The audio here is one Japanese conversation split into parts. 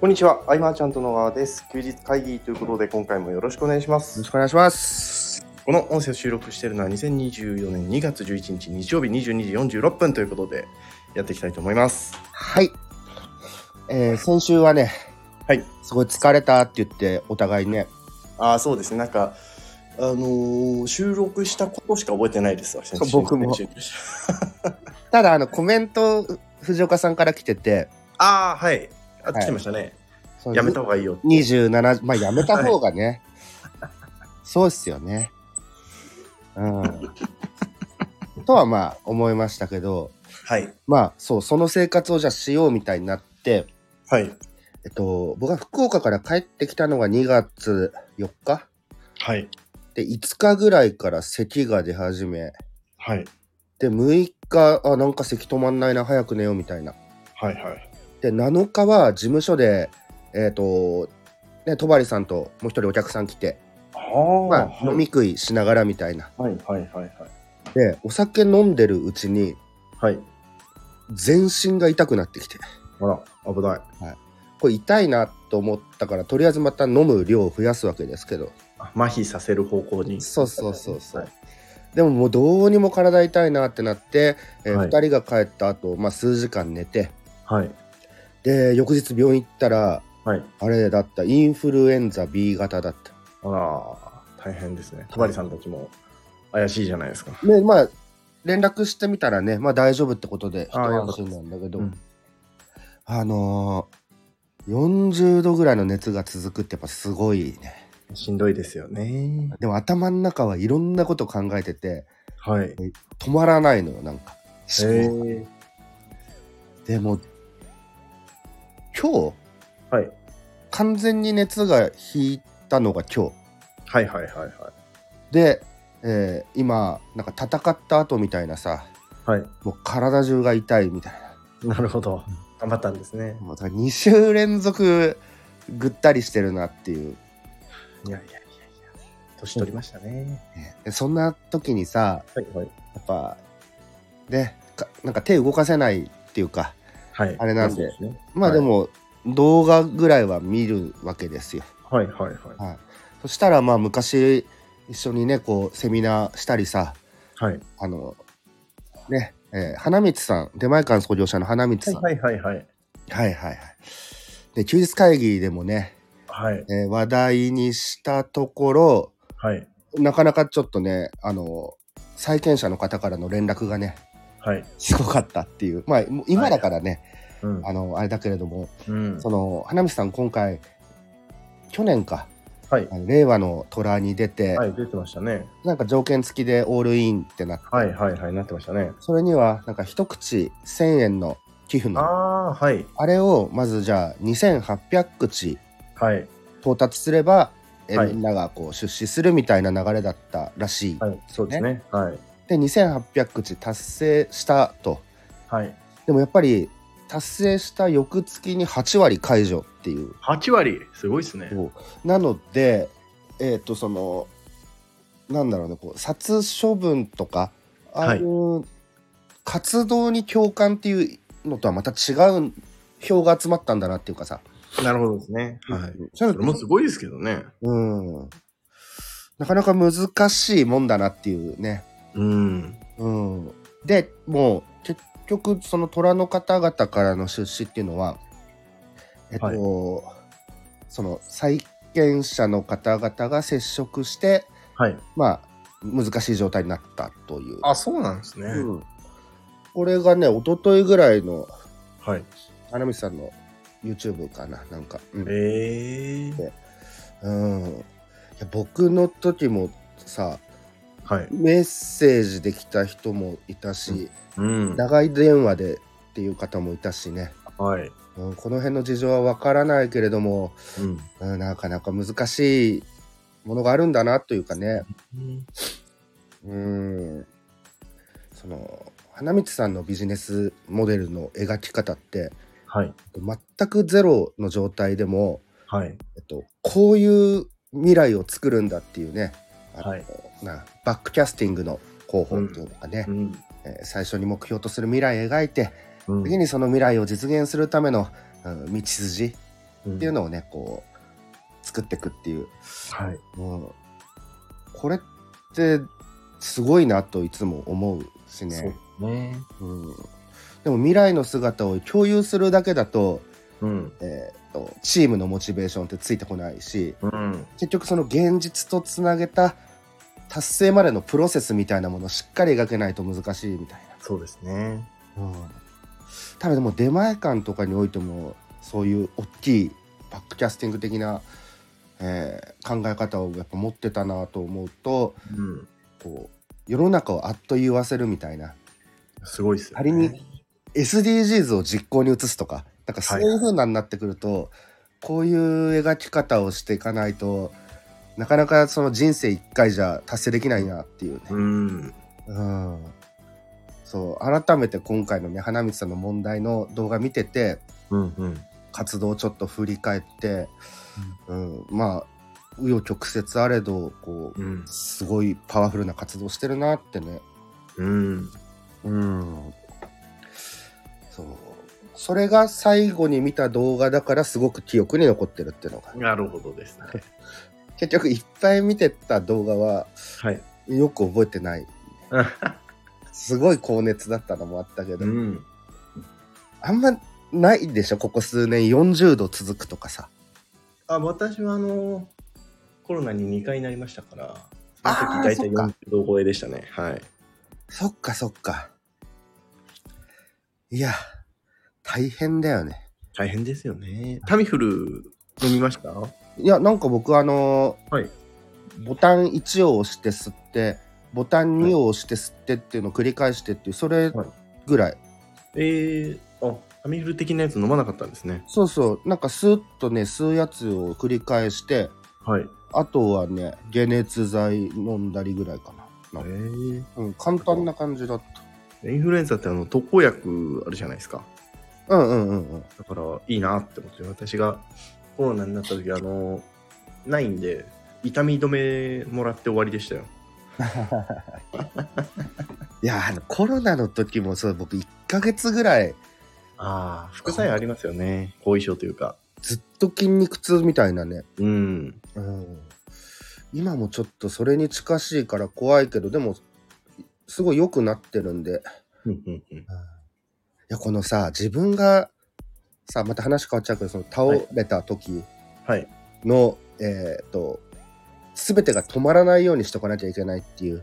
こんにちは、アイマーちゃんと野川です。休日会議ということで、今回もよろしくお願いしまよろす。しくお願いします。この音声を収録しているのは2024年2月11日日曜日22時46分ということで、やっていきたいと思います。はい。えー先週はね、はい。すごい疲れたって言って、お互いね、ああ、そうですね。なんか、あのー収録したことしか覚えてないですわ。先週僕も先週ただあのコメント、藤岡さんから来てて、ああ、はい。あ、はい来てましたね。そのやめた方がいいよ。 27、まあやめた方がね、そうっすよね。うん。とはまあ思いましたけど、はい。まあそう、その生活をじゃあしようみたいになって、はい。えっと、僕は福岡から帰ってきたのが2月4日はい。で、5日ぐらいから咳が出始め、はい。で6日あなんか咳止まんないな早く寝ようみたいなはい。はい。で7日は事務所でえっ、とね戸張さんともう一人お客さん来て、あまあ、飲み。食いしながらみたいなはい。はい。はい。でお酒飲んでるうちにはい。はい。全身が痛くなってきてほら、危ない。これ痛いなと思ったからとりあえずまた飲む量を増やすわけですけど麻痺させる方向に。そうそうそうそう、はいでももうどうにも体痛いなってなって、えはい2人が帰った後、まあ数時間寝てはい。で翌日病院行ったらはい。あれだったインフルエンザ B 型だったあら、大変ですね。戸張さんたちも怪しいじゃないですか。ねまあ連絡してみたらねまあ大丈夫ってことで一あーよか安った心なんだけどあ,、うんのー、40度ぐらいの熱が続くってやっぱすごいねしんどいですよね。でも頭の中はいろんなこと考えててはい。止まらないのよなんか、えー、でも今日はい。完全に熱が引いたのが今日はいはいはいはで、えー今なんか戦った後みたいなさい。は。もう体中が痛いみたいないなるほど。頑張ったんですね。もうだから2週連続ぐったりしてるなっていういやいやいやいや。年取りましたね。ねでそんな時にさはいはい。やっぱねかなんか手動かせないっていうかはい。あれなんでそうすね。まあはいでも動画ぐらいは見るわけですよ。はいはいはい。はい、そしたらまあ昔一緒にねこうセミナーしたりさはい。あのね、えー花光さん出前館創業者の花光さん、はいはいはいはい。はいはいで休日会議でもね、はい。えー話題にしたところはい。なかなかちょっとね、あの、債権者の方からの連絡がね、はい。すごかったっていう、まあ、もう今だからね、うん。あの、あれだけれども、うんその、花見さん、今回、去年か、はいあ。の令和の虎に出て、はい。出てましたね。なんか条件付きでオールインってなって、はいはいはい。なってましたね。それには、なんか一口1000円の寄付あの、ああ、はい。れを、まずじゃあ、2800口はい。到達すれば、えはいみんながこう出資するみたいな流れだったらしい。はい。そうですね。はい。で、2800口達成したと。はい。でもやっぱり達成した翌月に8割解除っていう。 8割、すごいですね。なので、えっ、と、その、なんだろうね、こう、殺処分とか、ああいう、活動に共感っていうのとはまた違う票が集まったんだなっていうかさ、なるほどですね。はい。そそういうれのもすごいですけどね。うん。なかなか難しいもんだなっていうね。うん。うん。で、もう、結局、その虎の方々からの出資っていうのは、えっと、はいその債権者の方々が接触して、はい。まあ、難しい状態になったという。あ、そうなんですね。うんこれがね、一昨日ぐらいの、はい。花道さんの YouTube かな、なんか。うん。えー。うんいや僕の時もさ、はい。メッセージできた人もいたし、うん。長い電話でっていう方もいたしね。はい。うん、この辺の事情はわからないけれども、うん。うん、なかなか難しいものがあるんだなというかね、うん、その花道さんのビジネスモデルの描き方ってはい。全くゼロの状態でも、はい。えっと、こういう未来を作るんだっていうね、あのはいなバックキャスティングの方法というのがね、うん。えー最初に目標とする未来を描いてうん次にその未来を実現するための、うん道筋っっていうのをねこう作っていくっていう、はい、うん、これってすごいなといつも思うしそうでね、すね。うん、でも未来の姿を共有するだけだと,、うん、えーとチームのモチベーションってついてこないしうん、結局その現実とつなげた達成までのプロセスみたいなものをしっかり描けないと難しいみたいそうですね。な、うん、ただでも出前館とかにおいてもそういう大きいバックキャスティング的な、えー考え方をやっぱ持ってたなと思うとうん、こう世の中をあっと言わせるみたいなすごいですよ、ね。仮に SDGs を実行に移すとかなんかそういう風なになってくると、こういう描き方をしていかないとなかなかその人生一回じゃ達成できないなっていうね、うん、うんそう改めて今回のね花道さんの問題の動画見ててうん、うん、活動をちょっと振り返って、うんまあ紆余曲折あれどこううん、すごいパワフルな活動してるなってねうん、うん。そう。それが最後に見た動画だからすごく記憶に残ってるっていうのが。なるほどですね。結局いっぱい見てた動画は はい。よく覚えてない。すごい高熱だったのもあったけど、うん、あんまないでしょ、ここ数年40度続くとかさ。あ、私はあのコロナに2回なりましたから、そのあー時大そ体っか40度超えでしたね。はい。そっかそっか。いや、大変だよね。大変ですよね。タミフル飲みました？いや、なんか僕あのーはいボタン1を押して吸って、ボタン2を押して吸ってっていうのを繰り返してっていう、それはいぐらい。えー、あ、タミフル的なやつ飲まなかったんですね。そうそう、なんかスーッとね、吸うやつを繰り返して、はい。あとはね、解熱剤飲んだりぐらいかえな。なんかー、うん、簡単な感じだっインフルエンザってあの特効薬あるじゃないですか。た。うんうんうんうん。だからいいなって思って私がコロナになった時あのないんで痛み止めもらって終わりでしたよいや、あの、コロナの時もそう、僕1ヶ月ぐらいああ副作用ありますよね後遺症というかずっと筋肉痛みたいなね、うんうん、今もちょっとそれに近しいから怖いけどでもすごい良くなってるんで、うんうんうんいやこのさ自分がさまた話変わっちゃうけどその倒れた時はいの、えっ、と全てが止まらないようにしとかなきゃいけないっていう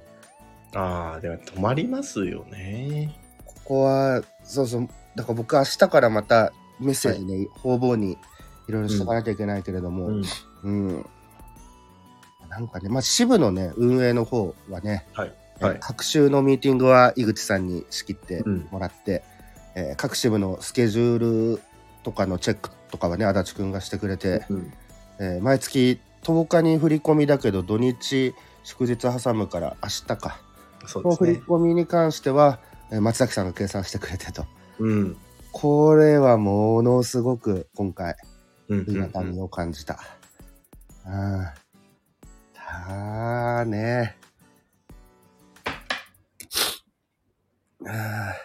ああでも止まりますよねここはそうそうだから僕明日からまたメッセージね、方々にいろいろしとかなきゃいけないけれども、うんうん。なんかね、まあ、支部のね、運営の方はね、はいえーはい各週のミーティングは井口さんに仕切ってうんもらって、えー各支部のスケジュールとかのチェックとかはね、足立くんがしてくれて、うんえー毎月10日に振り込みだけど、土日、祝日挟むから明日か。そうでこのす振りね込みに関しては、えー松崎さんが計算してくれてと。うんこれはものすごく今回、うんありがたみを感じた。うん。たーね。あーあ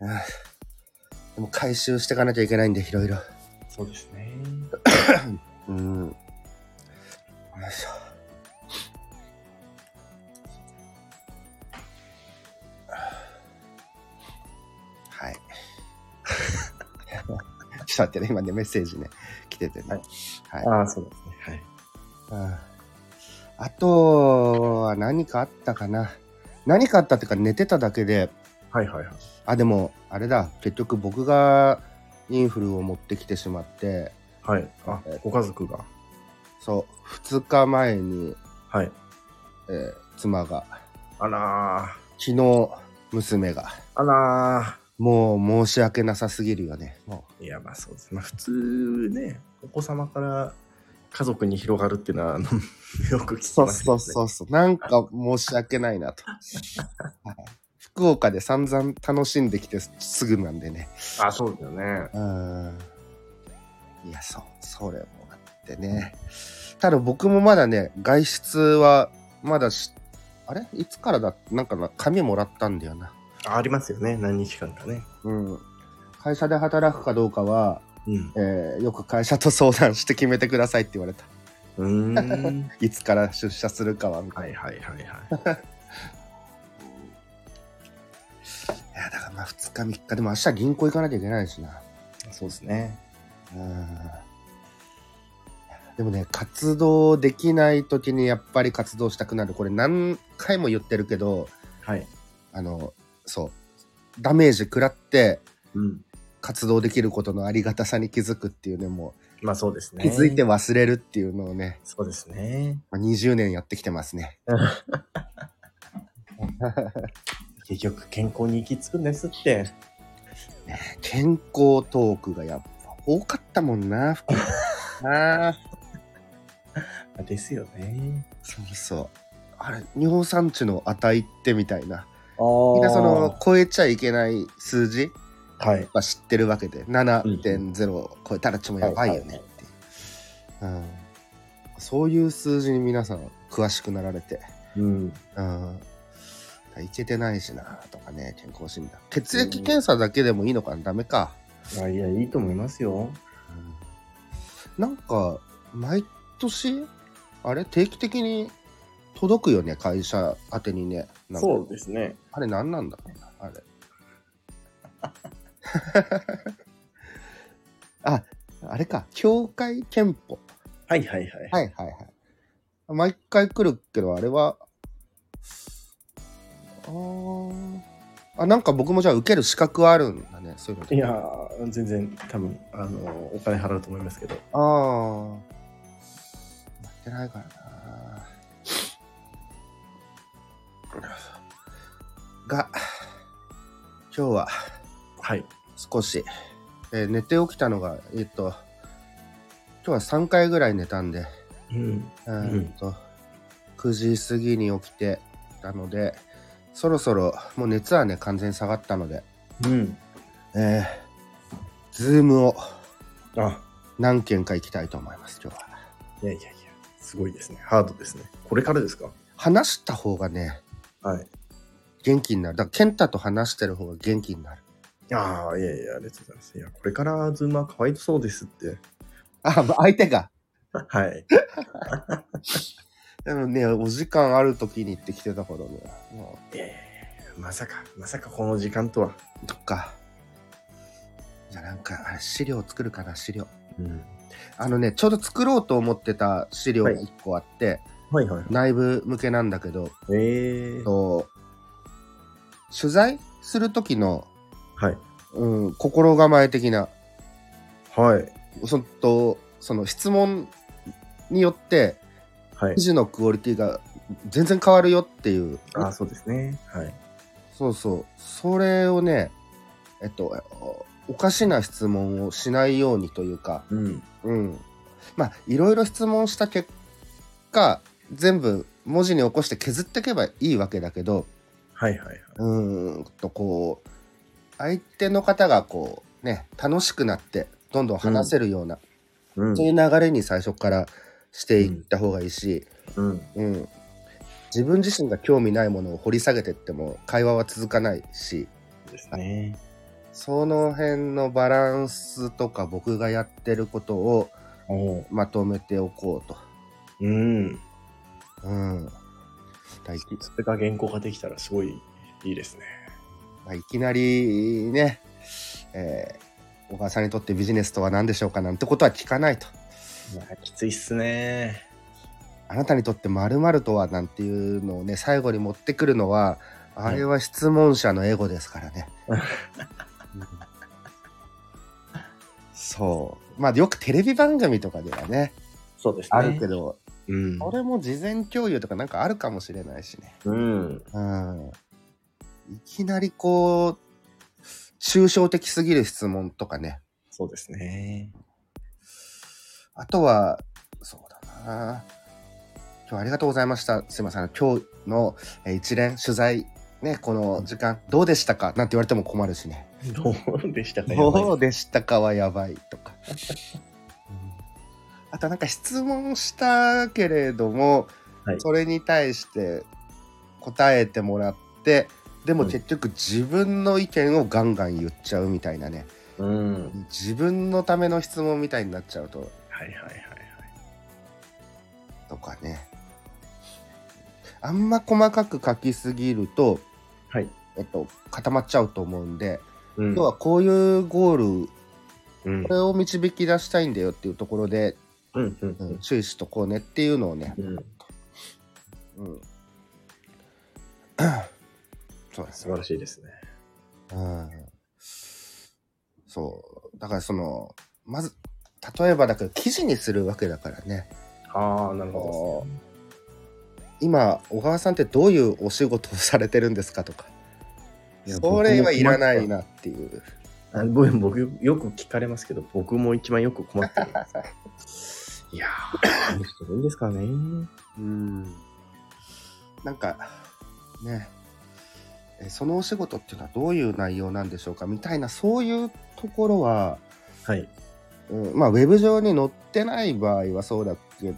ーでも回収していかなきゃいけないんで、いろいろ。そうですねうん。よいしょ。はい。 ちょっと待ってね、今ね、メッセージね、来ててね。はいはいああそうですねはいうんあとは何かあったかな。何かあったっていうか寝てただけで、はいはいはいあ、でもあれだ、結局僕がインフルを持ってきてしまって、はいあご家族がそう、2日前に、はいえー妻が、あら昨日娘が、ーあらーもう申し訳なさすぎるよね。もいや、まあそうです。まあ普通ね、お子様から家族に広がるっていうのは、あの よく聞うきそまうすそうそうそう、なんか申し訳ないなと。はい福岡で散々楽しんできてすぐなんでね。う。あ、そうだよね。うんいや、そう、それもあってね。ただ僕もまだね、外出は、まだし、あれいつからだなんかな、紙もらったんだよな。あありますよね。何日間かね。うん。会社で働くかどうかは、うんえーよく会社と相談して決めてくださいって言われた。うーんいつから出社するかはみたい な。、はいいはいはいはいや、だからまあ2日3日、でも明日銀行行かなきゃいけないしな。そうですねうん。でもね、活動できない時にやっぱり活動したくなる。これ何回も言ってるけど、はいあの、そう。ダメージ食らってうん活動できることのありがたさに気づくっていうね、もまあそうですうね気づいて忘れるっていうのをね、そうですねまあ20年やってきてますね。結局健康に行き着くんですって健康トークがやっぱ多かったもんな、福井 なああですよねそうそう。あれ、日本産地の値ってみたいな。あみみんなその、超えちゃいけない数字はいは知ってるわけで、7.0超えたらちょっとやばいよねっていう。うんそういう数字に皆さん詳しくなられて。うんうん。いけてないしなとかね、健康診断。血液検査だけでもいいのかなダメか。あいやいいと思いますよなんか毎年あれ定期的に届くよね会社宛てにねなんかそうですねあれ何なんだろうな あれああれか協会憲法はいはいはいはいはいはい毎回来るけどあれはあーあなんか僕もじゃあ受ける資格はあるんだねそういうのいやー全然多分あのお金払うと思いますけどああ。やってないからな。が、今日ははい少し、えー寝て起きたのが、えっと、今日は3回ぐらい寝たんで、うんうーんと、9時過ぎに起きてたので、そろそろ、もう熱はね、完全に下がったので、うんえー、ズームをあ何件か行きたいと思います、今日は。いやいやいやすごいですねハードですねこれからですか話した方がね、はい元気になる。だから、健太と話してる方が元気になる。ああいやいやありがとうございますいやこれからズームはかわいそうですって あ、ま相手が。はいでもね、お時間ある時に行ってきてたからね。もいやいやいやまさかまさかこの時間とはう、どっか。じゃあなんか、あれ、資料作るかな、資料。うんあのね、ちょうど作ろうと思ってた資料がはい一個あって、はいはい内部向けなんだけど、ええと取材する時の、はいうん、心構え的な、はいそんと、その質問によって、はい記事のクオリティが全然変わるよっていう。あそうですねはいそうそう。それをね、えっと、おかしな質問をしないようにというか、うんうん。まあ、いろいろ質問した結果、全部文字に起こして削っていけばいいわけだけど、はいはいはいうんとこう、相手の方がこう、ね、楽しくなって、どんどん話せるような、うんそういう流れに最初からしていった方がいいし、うんうん、自分自身が興味ないものを掘り下げてっても会話は続かないしですねその辺のバランスとか僕がやってることをおうまとめておこうと。うんうん、大きそれが原稿ができたらすごいいいですねまあいきなりね、えー小川さんにとってビジネスとは何でしょうかなんてことは聞かないと。いやきついっすねあなたにとって〇〇とはなんていうのをね最後に持ってくるのはあれは質問者のエゴですからね。うんそうまあよくテレビ番組とかではねそうですねあるけど、うん俺も事前共有とかなんかあるかもしれないしね。うんうん、いきなりこう抽象的すぎる質問とかねそうですねあとは、そうだな。今日ありがとうございました。すいません。今日のえー一連取材、ね、この時間、どうでしたかなんて言われても困るしね。どうでしたかやばいどうでしたかはやばいとか。うんあとなんか質問したけれども、はいそれに対して答えてもらって、でもうん結局自分の意見をガンガン言っちゃうみたいなね。うん。自分のための質問みたいになっちゃうとはいはいはいはい。とかねあんま細かく書きすぎると、はいえっと、固まっちゃうと思うんで、うん今日はこういうゴールうんこれを導き出したいんだよっていうところで、うんうんううんん注意しとこうねっていうのをね、うん。うん、 そうです素晴らしいですね。うんそう。だからその、まず、例えばだけど記事にするわけだからね。ああ、なるほほ今、小川さんってどういうお仕事をされてるんですかとか。いやそれはいらないなっていう。ど。あごめん、僕よく聞かれますけど、僕も一番よく困ってるんです。 いやー、 何してるんですかね。うん。なんか、ね。えそのお仕事っていうのはどういう内容なんでしょうかみたいな、そういうところは、はい。うん、まあ、ウェブ上に載ってない場合はそうだけ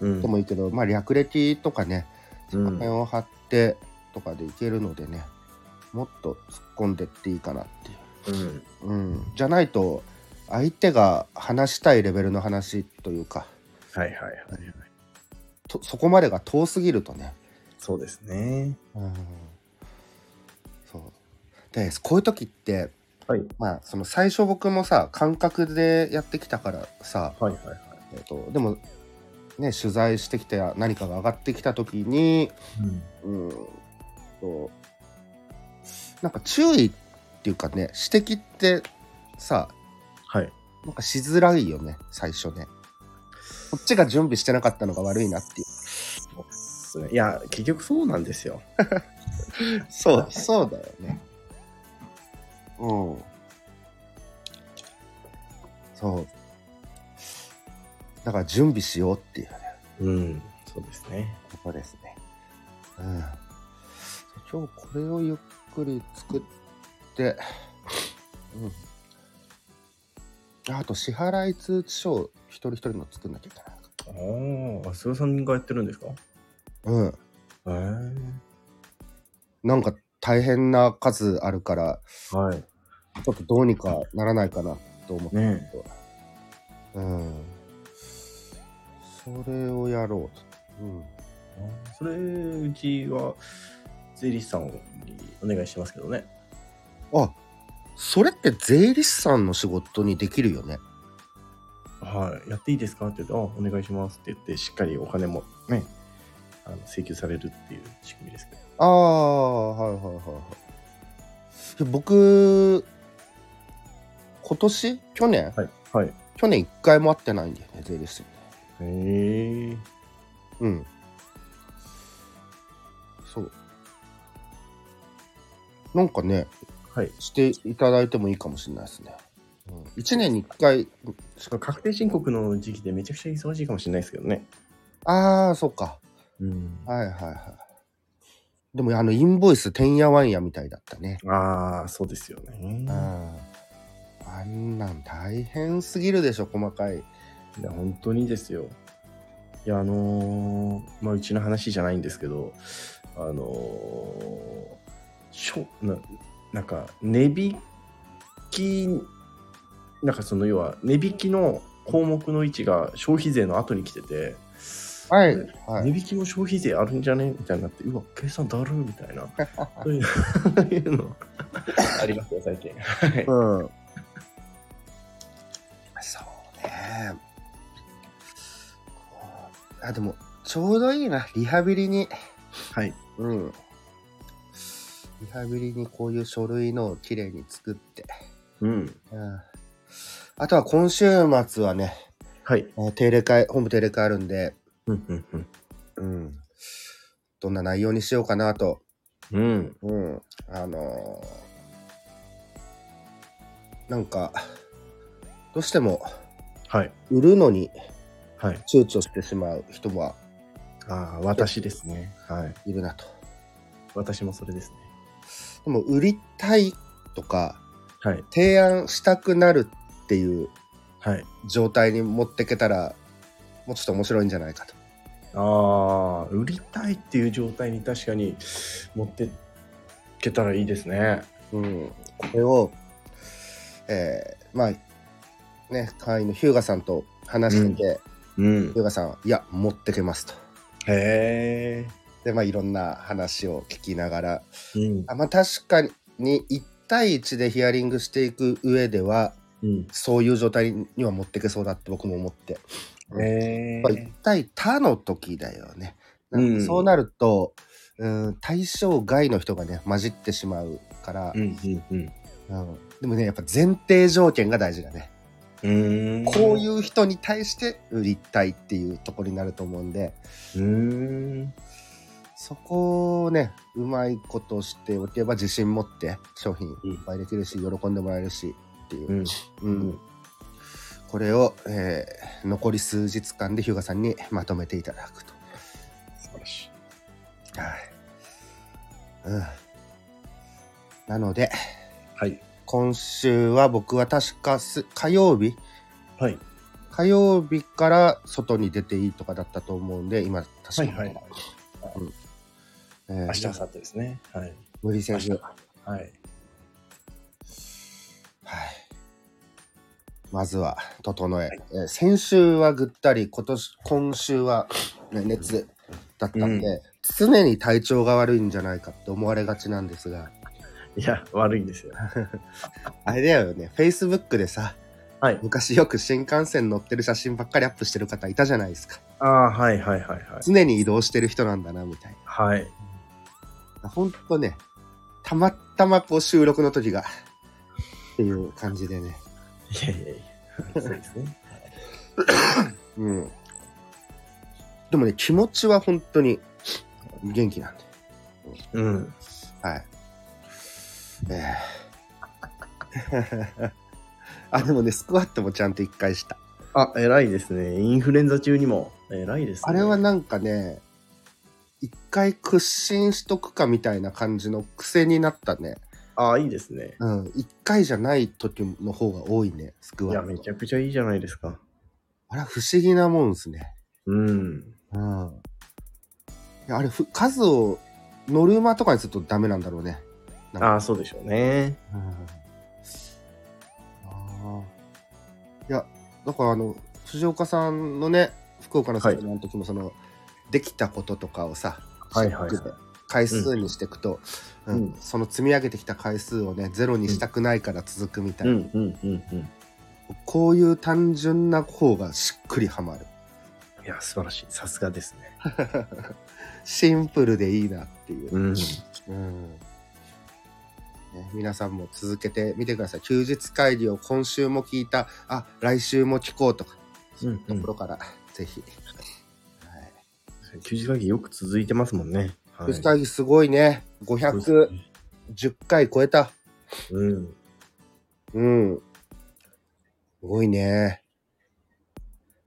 うんどもいいけど、まあ、略歴とかね、うん画面を貼ってとかでいけるのでね、もっと突っ込んでっていいかなっていう。うんうん、じゃないと相手が話したいレベルの話というかはいはいはいはい。とそこまでが遠すぎるとね、そうですね。うん、そうでこういう時って、はいまあ、その最初僕もさ感覚でやってきたからさ、はいはいはい。えっとでも、ね、取材してきて何かが上がってきた時にうんうんとなんか注意っていうかね指摘ってさはい。なんかしづらいよね最初ねこっちが準備してなかったのが悪いなっていうそうっすねいや、結局そうなんです よ。そうそうだよねうんそうだから準備しようっていううん。そうですね。とこですねうん今日これをゆっくり作ってうんあと支払い通知書を一人一人の作んなきゃいけないああ、菅さんがやってるんですかへうんえなんか大変な数あるからはい。ちょっとどうにかならないかなと思って、ねうんそれをやろううんそれ、うちは、税理士さんにお願いしてますけどね。あそれって税理士さんの仕事にできるよねはい。やっていいですかって言って、あお願いしますって言って、しっかりお金もね、あの請求されるっていう仕組みですけど。ああはいはいはいはい僕今年去年はい。はい。へ去年一回も会ってないんだよね税理士さんにえうんそうなんかねはい。していただいてもいいかもしれないですね、うん、1年に1回確定申告の時期でめちゃくちゃ忙しいかもしれないですけどね。ああそうかうん。はいはいはいでもあのインボイスてんやわんやみたいだったねああ、そうですよね。ああんなん大変すぎるでしょ細かいいや、本当にですよ。いや、あのーまあ、うちの話じゃないんですけど、あのーしょな、なんか、値引き、なんかその要は、値引きの項目の位置が消費税の後に来てて、はいねは値い引きも消費税あるんじゃねみたいになって、うわ、計算だるみ たいな、そういうそういうの、ありますよ、最近。はいうんそうねあでもちょうどいいなリハビリにはい。うんリハビリにこういう書類のをきれいに作ってうん。うんあとは今週末はね、はい。えー定例会、本部定例会あるんで、うん、うん、うん。うん、どんな内容にしようかなと、うん。うん、あのーなんか、どうしてもはい。売るのにはい。躊躇してしまう人はああ、私ですね。はい。いるなと。私もそれですね。でも、売りたいとか、はい。提案したくなるっていうはい。状態に持ってけたら、もうちょっと面白いんじゃないかと。ああ、売りたいっていう状態に確かに持っていけたらいいですね。うん、これを、えーまあね会員の日向さんと話してて、うん日。向さんはいや持ってけますとへえ。でまあいろんな話を聞きながらうん。あまあ確かに1対1でヒアリングしていく上ではうん。そういう状態には持ってけそうだって僕も思って、へまあ、1対他の時だよねなんうんかそうなると、うん、対象外の人がね混じってしまうから、うんうんうんでもねやっぱ前提条件が大事だね、うん。こういうう人に対して立体っていうところになると思うんでーん。うそこをねうまいことしておけば自信持って商品いっぱいできるし、喜んでもらえるしっていう、ん。うんうんこれを、えー残り数日間で日向さんにまとめていただくと。素晴らしい。はいうん、なのではい。今週は僕は確かす火曜日はい。火曜日から外に出ていいとかだったと思うんで今確かに、はいはいうんえー明日、明後日ですね。はい。無理選手明ははいい。まずは整え、いえー先週はぐったり今年今週は、ね、熱だったんで、う常に体調が悪いんじゃないかって思われがちなんですがいや、悪いんですよ。あれだよね Facebook でさはい。昔よく新幹線乗ってる写真ばっかりアップしてる方いたじゃないですかああ、はいはいはいはい。常に移動してる人なんだなみたいはい。なほんとねたまたまこう収録の時がっていう感じでねいやいやいや。そうですね。うんでもね気持ちは本当に元気なんでうん。はいええ あでもねスクワットもちゃんと1回したあ、偉いですね。インフルエンザ中にも。偉いですね。あれはなんかね、一回屈伸しとくかみたいな感じの癖になったね。ああ、いいですね。うん、一回じゃない時の方が多いね、スクいワや、ッめトち。ゃくちゃいいじゃないですか。あれは不思議なもんですね。うん。うん。いやあれふ、数をノルマとかにするとダメなんだろうね。ああ、そうでしょうね。うん。ああ。いや、だからあの、藤岡さんのね、福岡のセミナーの時もその、できたこととかをさ、はいはいショックで回数にしていくと、うんうんその積み上げてきた回数をねゼロにしたくないから続くみたいうんな、うんうんうん。こういう単純な方がしっくりはまるいや、素晴らしい。さすがですね。シンプルでいいなっていう、うん。うんね、皆さんも続けてみてください休日会議を今週も聞いたあ来週も聞こうとかそういうところから、ぜひ、はい休日会議よく続いてますもんね。は休日会議すごいね510回超えたうん。うん。すごいね。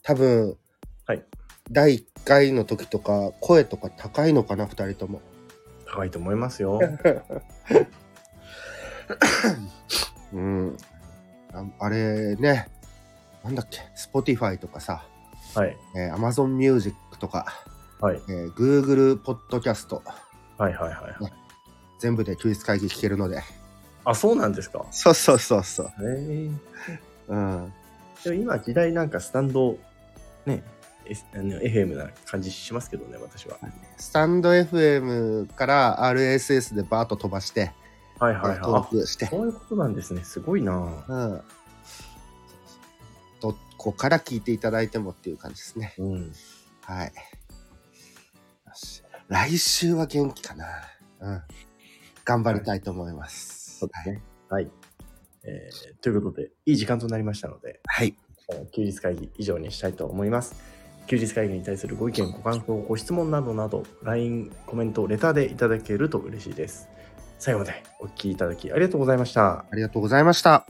多分、はい第1回の時とか、声とか高いのかな、2人とも。高いと思いますよ。うん。ああれね、なんだっけ、Spotify とかさ、はい。えー Amazon Music とか、はい。えー Google Podcast、はいはいはいはい。全部で休日会議聞けるので。あ、そうなんですか。そうそうそうそう。へえ。うん。でも今、時代なんかスタンド、ね、S- あの FM な感じしますけどね、私は。スタンド FM から RSS でバーッと飛ばして、はいはい登はい。録してあ、そういうことなんですね。すごいなうん。どこから聞いていただいてもっていう感じですね。うん。はい。よし来週は元気かな。うん。頑張りたいと思います。そうですね。はい。えーということで、いい時間となりましたので、はい。えー休日会議以上にしたいと思います。休日会議に対するご意見、ご感想、ご質問などなど、LINE、コメント、レターでいただけると嬉しいです。最後までお聞きいただきありがとうございました。ありがとうございました。